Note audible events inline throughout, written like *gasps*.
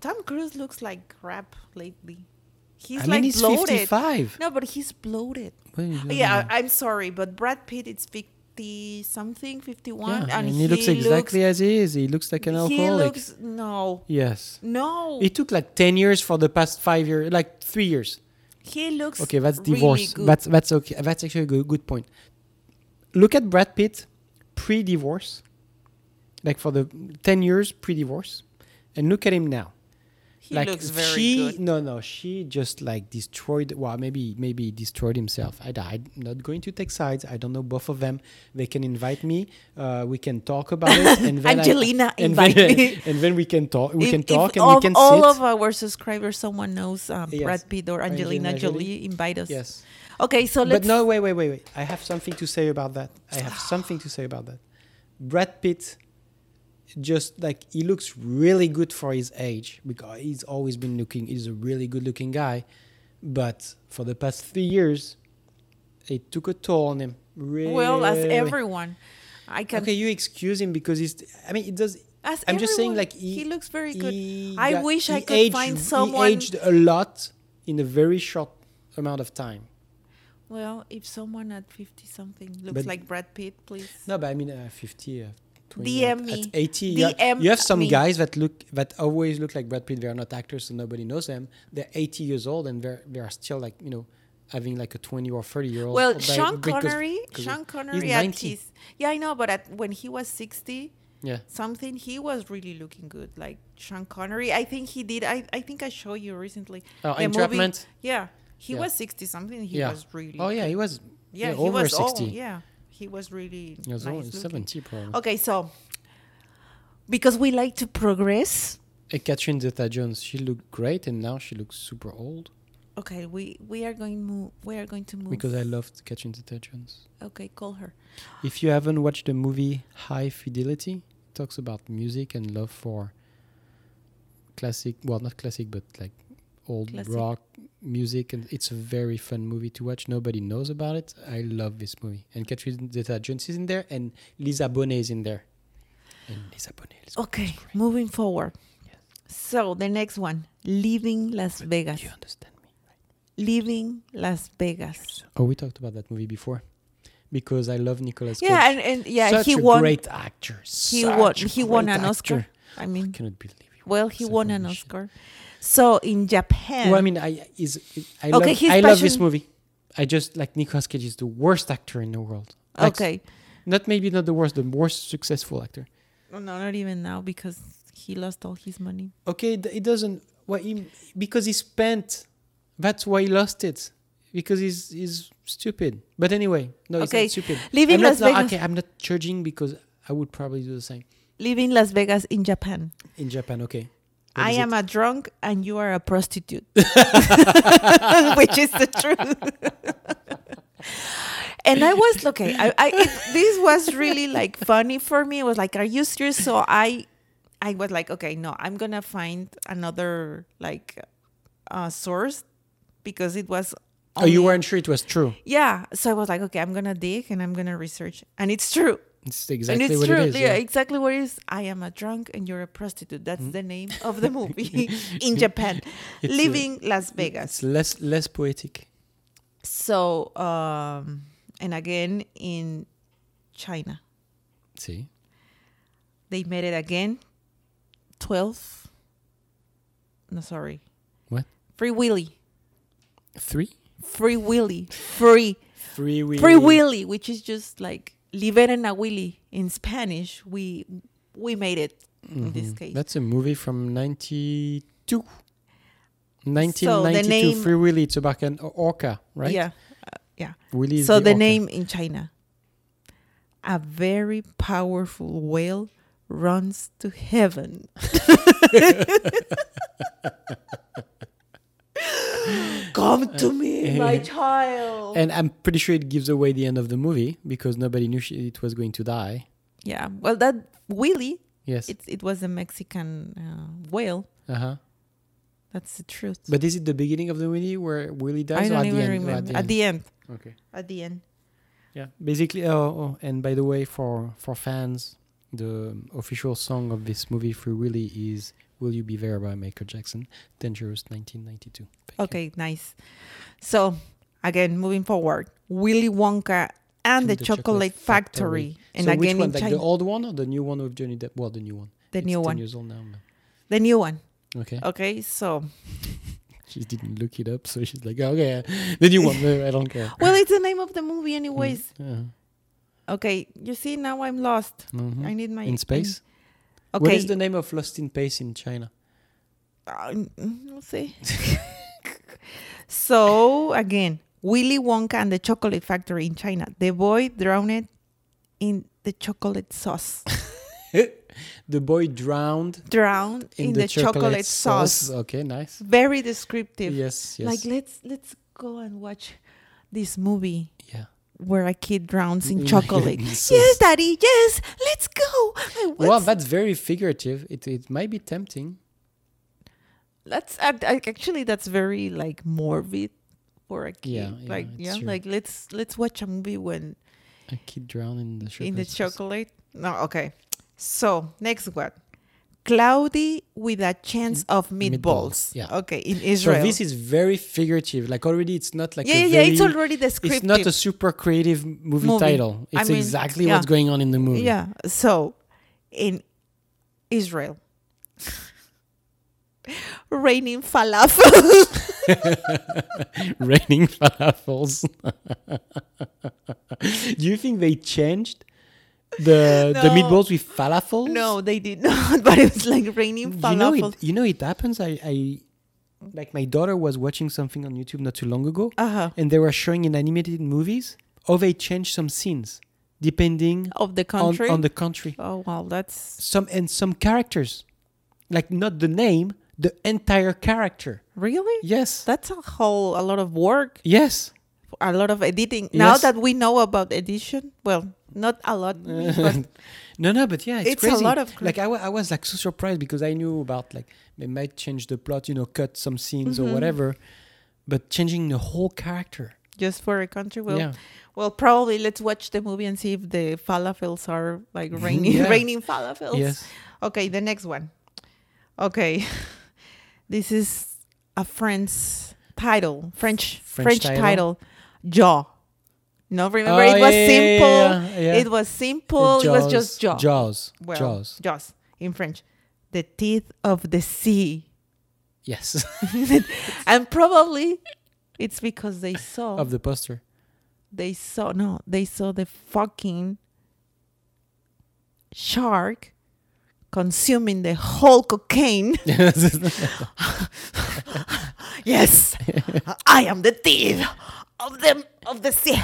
Tom Cruise looks like crap lately. He's I like mean, he's bloated. 55. No, but he's bloated. What are you doing? Yeah, I'm sorry, but Brad Pitt is 50 something, 51, Yeah, and, and, he, looks exactly as he is. He looks like an He alcoholic. looks no, yes. no. It took like 10 years for the past 5 years, like 3 years. he looks Okay, that's really divorce. good. that's that's okay. That's actually a good, good point. Look at Brad Pitt pre-divorce. Like for the 10 years pre-divorce and look at him now. he like looks very she good. no no, she just like destroyed well maybe maybe he destroyed himself. I died. I'm not going to take sides. I don't know both of them. They can invite me. Uh, we can talk about *laughs* it and then I- *laughs* Angelina, and then, invite me. and then we can talk we If- can if talk and all, we can all sit. of our subscribers, someone knows um, Yes. Brad Pitt or Angelina, Angelina Jolie, Jolie. invite us. yes. Okay, so but let's. Ah. no, wait, wait, wait, wait. I have something to say about that. I have something to say about that. Brad Pitt, just like he looks really good for his age because he's always been looking. He's a really good-looking guy, but for the past three years, it took a toll on him. Really. well, as everyone, I can. Okay, you excuse him because he's. I mean, it does. As I'm just saying, everyone, like he, he looks very good. he I wish I he could find someone- He aged a lot in a very short amount of time. Well, if someone at fifty something looks But- like Brad Pitt, please. No, but I mean, uh, 50, uh, 20, DM at- me. at 80. You, have- DM you have some me. guys that look that always look like Brad Pitt. They are not actors, so nobody knows them. They're 80 years old and they're they are still like you know having like a 20 or 30 year old. Well, by- Sean because- Connery, because Sean he's Connery at 90. his, yeah, I know, but at when he was sixty Yeah, something, he was really looking good. Like Sean Connery, I think he did. I, I think I showed you recently. Oh, the movie- Entrapment? Yeah, he Yeah. was sixty something. He yeah. was really. oh yeah, he was. yeah, he over was 60. old. Yeah, he was really. He was nice Oh. old, looking. 70 probably. Okay, so because we like to progress, And Catherine Zeta-Jones, she looked great, and now she looks super old okay, we we are going move. We are going to move. because I loved Catherine Zeta-Jones. okay, call her. If you haven't watched the movie High Fidelity, it talks about music and love for classic, well, not classic, but like old Classic. rock music. And it's a very fun movie to watch. Nobody knows about it. I love this movie. And Catherine Zeta Jones is in there, and Lisa Bonet is in there. And Lisa Bonet is Okay, moving forward. So the next one, leaving Las Vegas. You understand me? right? Leaving Las Vegas. Oh, we talked about that movie before because I love Nicolas Cage. Yeah, and, and yeah, Such he a won. great actor. he Such won. a He won great an Oscar. actor. I I mean, cannot believe he well, he such won an holy shit. Oscar. So in Japan, Well, I mean, I is Okay, I love his I love this passion- movie. I just like Nicolas Cage is the worst actor in the world. Like, okay, not maybe not the worst, the worst successful actor. no, no, not even now because he lost all his money. Okay, th- it doesn't. Well, he, because he spent. That's why he lost it. Because he's he's stupid. But anyway, no, he's Okay, not stupid. leaving I'm not- Las no, Vegas- Okay, I'm not judging because I would probably do the same Leaving Las Vegas in Japan. in Japan. Okay, What I is am a drunk and you are a *laughs* prostitute, *laughs* which is the truth. *laughs* and I was okay. I, I it, this was really like funny for me. It was like, are you serious? So I, I was like, okay, no, I'm gonna find another like uh, source because it was. Oh, you only- weren't sure it was true. Yeah. So I was like, okay, I'm gonna dig and I'm gonna research, and it's true. It's exactly and it's what true. it is. yeah, exactly what it is. I am a drunk and you're a prostitute. That's the name of the *laughs* movie *laughs* in Japan. Mm-hmm. It's a- Leaving Las Vegas. It's less less poetic. So, um, and again in China, See. they made it again. 12. No, sorry. What? Free Willy. Three? Free Willy. Free. Free will. Free Willy, which is just like Liberen a Willy in Spanish. We we made it in this case. Mm-hmm. That's a movie from 92. So the 1992. name- Free Willy. It's about an o- orca, right? Yeah. Uh, yeah. Willy is so the orca. name in China. A very powerful whale runs to heaven. *laughs* Uh, Come to eh, me, my child. And I'm pretty sure it gives away the end of the movie because nobody knew she, it was going to die. Yeah, well, that Willie, Yes. it, it was a Mexican uh, whale. Uh huh. That's the truth. But is it the beginning of the movie where Willy dies I or don't at even the end? Or remember. At the At end? the end. okay. At the end. Yeah. Basically, oh, oh, and by the way, for for fans the official song of this movie, Free Willy, is "Will You Be There" by Michael Jackson. Dangerous, 1992. Thank you. Okay, nice. So, again, moving forward, Willy Wonka and, the, Chocolate, Factory, and so again which one, in like China, the old one or the new one with Johnny Depp? Well, the new one. the, It's new 10 one, Oh. years old now. man. the new one. Okay. Okay, so She didn't look it up, so she's like, okay, the new one. no, I don't *laughs* care. Mm. well, it's the name of the movie, anyways. Yeah. Okay, you see, now I'm lost. Mhm. I need my Mm-hmm. In space. Okay, What is the name of Lost in Space in China? Uh, mm, no *laughs* sé. so again, Willy Wonka and the Chocolate Factory in China. The boy drowned in the chocolate sauce. *laughs* the boy drowned Drowned in, the, chocolate, sauce. Okay, nice. Very descriptive. Yes, yes. Like let's let's go and watch this movie yeah. where a kid drowns in *laughs* Yeah, chocolate. this yes, is- daddy. Yes, let's go. I want Well, that's very figurative. It it might be tempting. that's ac- ac- actually that's very like morbid for a kid. Yeah, yeah, like it's yeah, true. like let's let's watch a movie when A kid drowned in the chocolate. in the sauce. chocolate. No, okay. So next one, cloudy with a chance of meatballs. Mm. meatballs, yeah. Okay, in So Israel. this is very figurative. Like already, it's not like yeah, a yeah, yeah. It's very- already descriptive. It's not a super creative movie, Movie. title. I It's mean, exactly yeah. what's going on in the movie. Yeah. So in *laughs* Israel, raining falafel. *laughs* Raining falafels. *laughs* Do you think they changed *laughs* the the No. meatballs with falafels? no, they did not. *laughs* But it was like raining falafel. You know it. You know it happens. I, I like my daughter was watching something on YouTube not too long ago, uh-huh. and they were showing in animated movies, or they changed some scenes depending Of the on, country. on the country. Oh wow, that's Some and some characters, like not the name, the entire character. really Yes. that's a whole a lot of work, Yes. a lot of editing. Now Yes. that we know about edition, well, not a *laughs* lot, but No, no, but yeah, it's, It's a crazy. lot of cra- like I, wa- I was like so surprised because I knew about like they might change the plot, you know, cut some scenes Mm-hmm. or whatever, but changing the whole character. just for a country, well, yeah, well, probably let's watch the movie and see if the falafels are *laughs* like raining, Yeah. *laughs* raining falafels. yes, Okay, the next one. Okay, *laughs* this is a French title, French French, French title. title. Jaw. No, remember Oh, it was yeah, yeah, simple. yeah, yeah. It was simple. It was just jaw. Jaws, well, Jaws. jaws in French, the teeth of the sea, Yes, *laughs* and probably it's because they saw of the poster. *laughs* they saw no they saw the fucking shark consuming the whole cocaine. *laughs* yes, I am the teeth of them of the sea.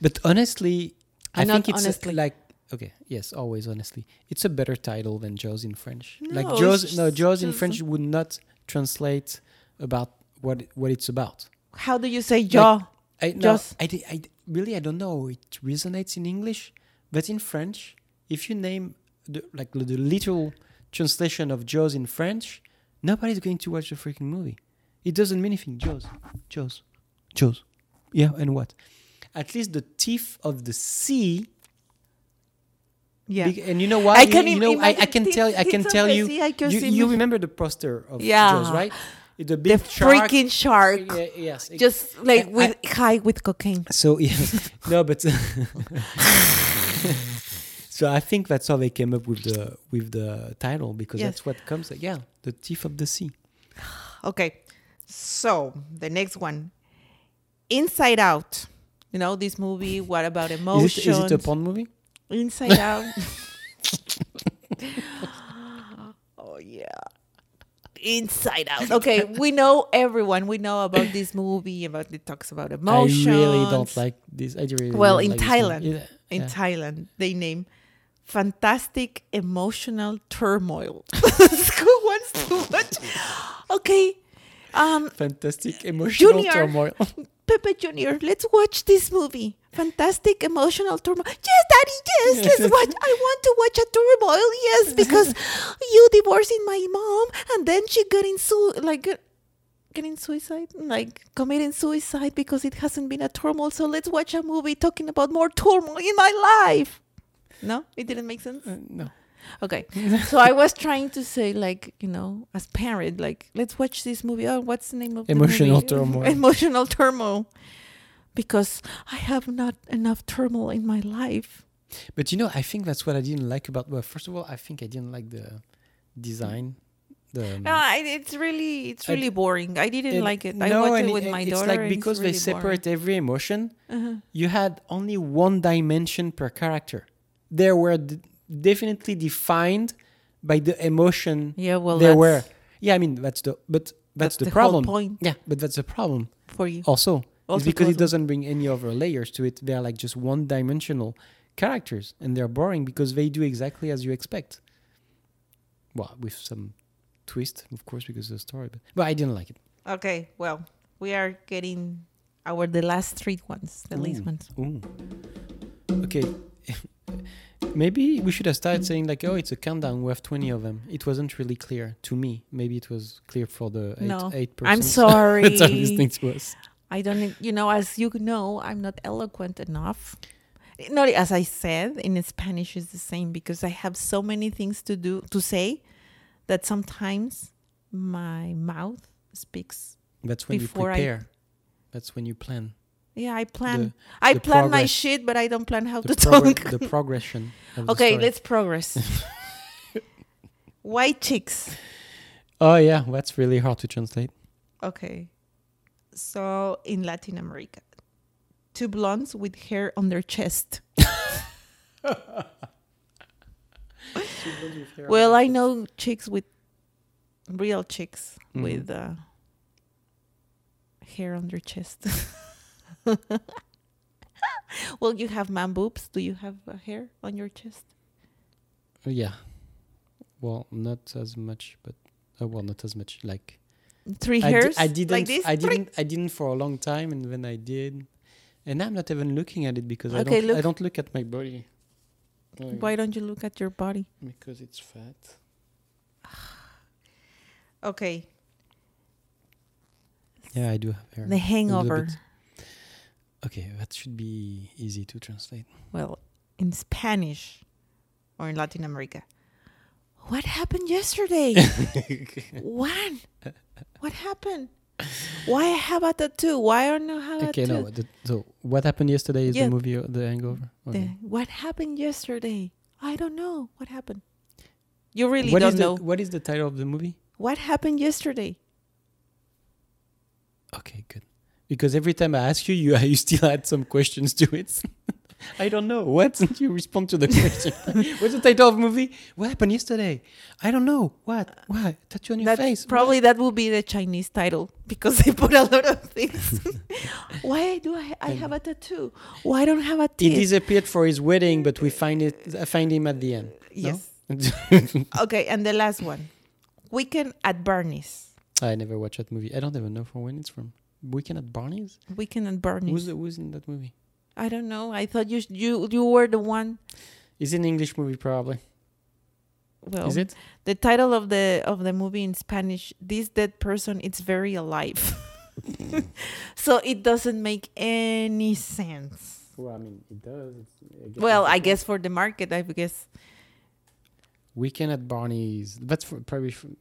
but honestly, I Not think it's a- honestly. like okay, yes, always honestly, it's a better title than Jaws in French. No, like it's Jaws, no, just- Jaws in just- French would not translate about what what it's about. How do you say jaw? I no, Just- I, di- I di- really I don't know. It resonates in English, but in French, if you name the like the literal translation of Jaws in French, nobody's going to watch the freaking movie. It doesn't mean anything. Jaws, Jaws, Jaws. Yeah, and what? At least the teeth of the sea. yeah. big- and you know why? I You- can you, im- know, I, I imagine can teeth- tell. I can teeth of tell the you. sea, I can you, see you me- remember the poster of Yeah. Jaws, right? The the big shark. freaking shark. Yeah, yes, ex- Just like I- with high with cocaine. So *laughs* yeah, no, but *laughs* so I think that's how they came up with the with the title because Yes. that's what comes. Yeah, the teeth of the sea. Okay. So the next one, Inside Out. You know this movie. What about Is emotions? it, is it a porn movie? Inside *laughs* Out. oh yeah. Inside Out. Okay, we know everyone. We know about this movie. About it talks about emotions. I really don't like this. I really Well, don't in like this Thailand, movie. Yeah, in yeah. Thailand, they name fantastic emotional turmoil. *laughs* Who wants to watch? Okay, um, *laughs* fantastic emotional Junior. *laughs* turmoil. Uh, Pepe Junior, let's watch this movie. Fantastic emotional turmoil. Yes, Daddy. Yes, let's watch. I want to watch a turmoil. Yes, because you divorcing my mom, and then she getting su like uh, getting suicide, like committing suicide because it hasn't been a turmoil. So let's watch a movie talking about more turmoil in my life. No, it didn't make sense. Uh, no. *laughs* Okay, so I was trying to say like you know as parent like let's watch this movie. Oh, what's the name of the Emotional movie? turmoil. *laughs* Emotional turmoil. Because I have not enough turmoil in my life. But you know, I think that's what I didn't like about. Well, first of all, I think I didn't like the design. The No, I, it's really it's I- really boring. Ah, I didn't It- like it. I no, watched Mm. and it with my it's daughter. like and because really they boring. separate every emotion. Uh-huh. You had only one dimension per character. They were d- definitely defined by the emotion Yeah, well, they that's were. Yeah, I mean that's the but That's that's, the, the whole problem. point. Yeah, but that's the problem for you. also, Also it's because it doesn't- doesn't bring any other layers to it. They're like just one dimensional characters and they're boring because they do exactly as you expect. Well, with some twist, of course, because of the story. But, but I didn't like it. Okay, well, we are getting our the last three ones, the least Ooh. ones. Ooh. Okay. *laughs* Maybe we should have started saying like, "Oh, it's a countdown. We have twenty of them." It wasn't really clear to me. Maybe it was clear for the eight, No. eight *laughs* I'm persons sorry. that are listening to us. I don't, e, you know, as you know, I'm not eloquent enough. No, as I said, in Spanish is the same because I have so many things to do to say that sometimes my mouth speaks. That's when Before you I- prepare. That's when you plan. Yeah, I plan. The- I the plan my progress. shit, but I don't plan how the, to progr- talk. *laughs* the progression. Of the okay, story. let's *laughs* progress. White chicks. Oh yeah, that's really hard to translate. Okay. So in Latin America, two blondes with hair on their chest. Well, I know chicks with real chicks Mhm. with uh, hair on their chest. *laughs* well, you have man boobs. Do you have uh, hair on your chest? yeah. Well, not as much, but uh, well, not as much. Like Three I, di- hairs. I didn't, Like this? I didn't, I didn't for a long time, and then I did, and I'm not even looking at it because I Okay, don't, I look. don't look at my body. Oh, yeah, Why don't you look at your body? Because it's fat. *sighs* Okay. Yeah, I do have hair. The hangover. bit. Okay, that should be easy to *laughs* translate. Well, in Spanish or in Latin America. What happened yesterday? When? What happened? Why I have a tattoo? Why I not have okay, a tattoo? no. The, so what happened yesterday is Yeah. the movie, uh, The Hangover. The- Okay. what happened yesterday? I don't know. What happened? You really What is don't the- know. what is the title of the movie? what happened yesterday? Okay, good. Because every time I ask you, you *laughs* you still add some questions to it. *laughs* I don't know. What? you respond to the *laughs* question. What's the title of the movie? What happened yesterday? I don't know. What? Why? Tattoo on your That's face? probably that will be the Chinese title because they put a lot of things. *laughs* Why do I, I have a tattoo? Why don't I have a He teeth? disappeared for his wedding, but we find it. I find him at the end. No? Yes. *laughs* Okay, and the last one. Weekend at Barney's. I never watched that movie. I don't even know from when it's from. Weekend at Barney's. Weekend at Barney's. Who's who's in that movie? I don't know. I thought you you you were the one. It's an English movie, probably. Well, Is it? the title of the of the movie in Spanish, "This Dead Person," it's very alive, *laughs* so it doesn't make any sense. Well, I mean, it does. It's, Well, I guess for the market, I guess. Weekend at Barney's. That's fr- probably from,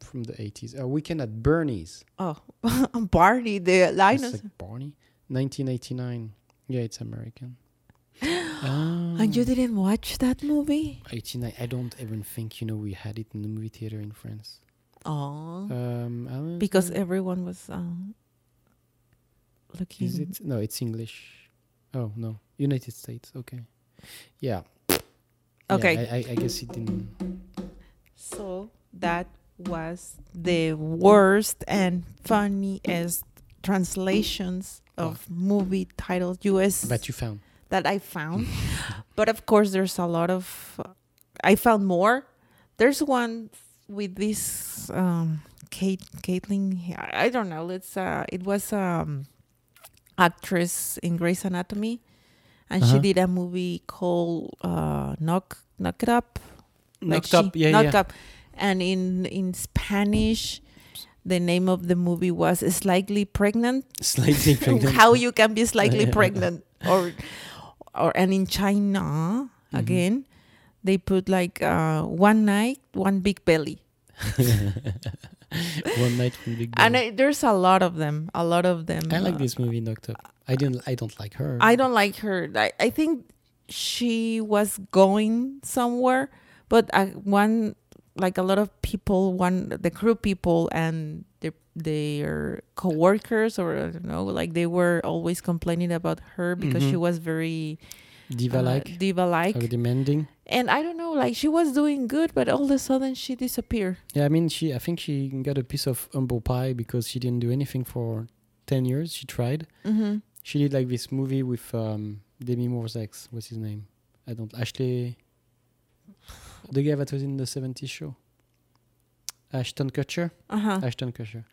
from the 80s. Uh, Weekend at Bernie's. Oh, *laughs* Barney the It's dinosaur. like Barney. 1989. Yeah, *gasps* it's American. And mm. you didn't watch that movie? 89. I don't even think, you know, we had it in the movie theater in France. Oh, Um, I don't because know. everyone was um, looking. *laughs* Is it? No, it's English. Oh, no. United States. Okay. Yeah. Yeah, Okay. I, I, I guess it didn't. So that was the worst and funniest translations of movie titled US But Oh. you found. that I *laughs* found. but of course, there's a lot of. I found more. There's one with this um, Kate Caitlin. I don't know. It's uh, it was um, actress in Grey's Anatomy, and Uh-huh. she did a movie called uh, Knock Knock It Up. Like Knocked she- up. Yeah, knocked yeah. up. And in in Spanish, the name of the movie was "Slightly Pregnant." *laughs* Slightly *laughs* *laughs* pregnant. How you can be slightly pregnant, or or and in China, Mm-hmm. again, they put like uh, one night, one big belly. One night from Big And Bang. I, there's a lot of them, a lot of them. I like uh, this movie, Knocked Up. I didn't. I don't like her. I don't like her. I, I think she was going somewhere, but I, one like a lot of people, one the crew people and their their coworkers or I don't know, like they were always complaining about her because she Mhm. was very diva like, diva or uh, like, demanding. and I don't know, like she was doing good, but all of a sudden she disappeared. Yeah, I mean, she. I think she got a piece of humble pie because she didn't do anything for ten years. She tried. Mm-hmm. She did like this movie with um, Demi Moore's ex. What's his name? I don't. Ashley. The guy that was in the '70s show. Ashton Kutcher. Uh huh. Ashton Kutcher.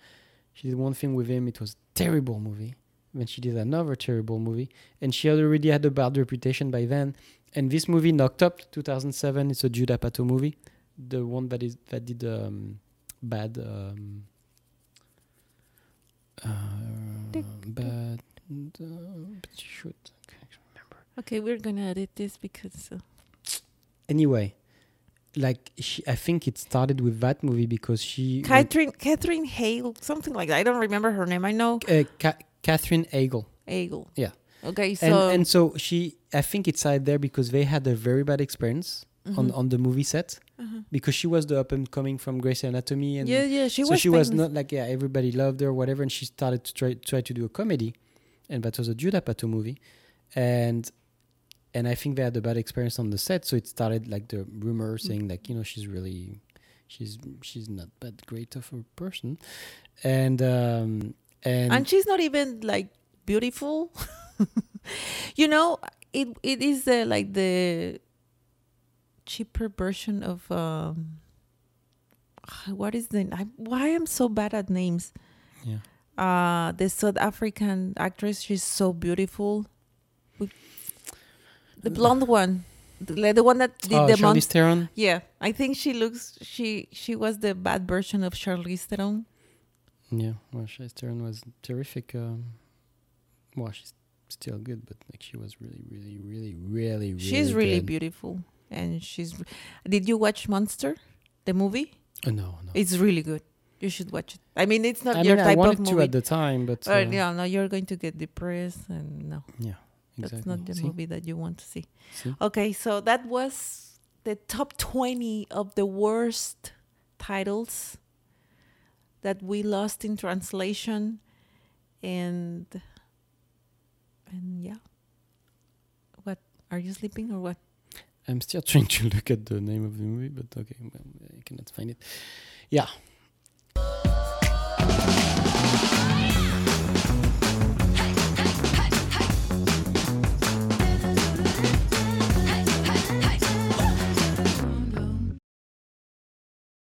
She did one thing with him. It was terrible movie. Then she did another terrible movie, and she had already had a bad reputation by then. And this movie, Knocked Up, 2007, it's a Judd Apatow movie, the one that is that did um, bad, um, uh, Tick, bad. Uh, shoot, I can't remember. Okay, we're gonna edit this because uh, Anyway, like she, I think it started with that movie because she went- Catherine Catherine Hale, something like that. I don't remember her name. I know uh, Ca- Catherine Hagel. Hale. Yeah. Okay, so and and so she i think it's out there because they had a very bad experience mm-hmm. on Uh-huh. on the movie set because she was the up and coming from grace anatomy and yeah, yeah, she so was. she was famous. not like yeah everybody loved her whatever and she started to try try to do a comedy and that was a judah pato movie and and i think they had a bad experience on the set so it started like the Mm. rumor saying like you know she's really she's she's not that great of a person and um and, and, she's not even like beautiful. *laughs* you know, it it is the like the cheaper version of um *sighs* what is the I, why I'm so bad at names. yeah Uh the South African actress, she's so beautiful. We- The blonde one, the, the one that did Mm. oh, the Charlize monster. Theron? Yeah, I think she looks she she was the bad version of Charlize Theron. Yeah, well, Charlize Theron was terrific. Um, well, she's still good, but like she was really, really, really, really, really. she's really good. beautiful and she's did you watch monster the movie Uh, no, no. it's really good you should watch it i mean it's not I your mean, I type wanted of to movie at the time, but uh, but yeah no you're going to get depressed and no yeah, exactly. that's not the See? movie that you want to see See? okay so that was the top 20 of the worst titles that we lost in translation and and yeah what are you sleeping or what *laughs* I'm still trying to look at the name of the movie, but okay, well, I cannot find it. Yeah,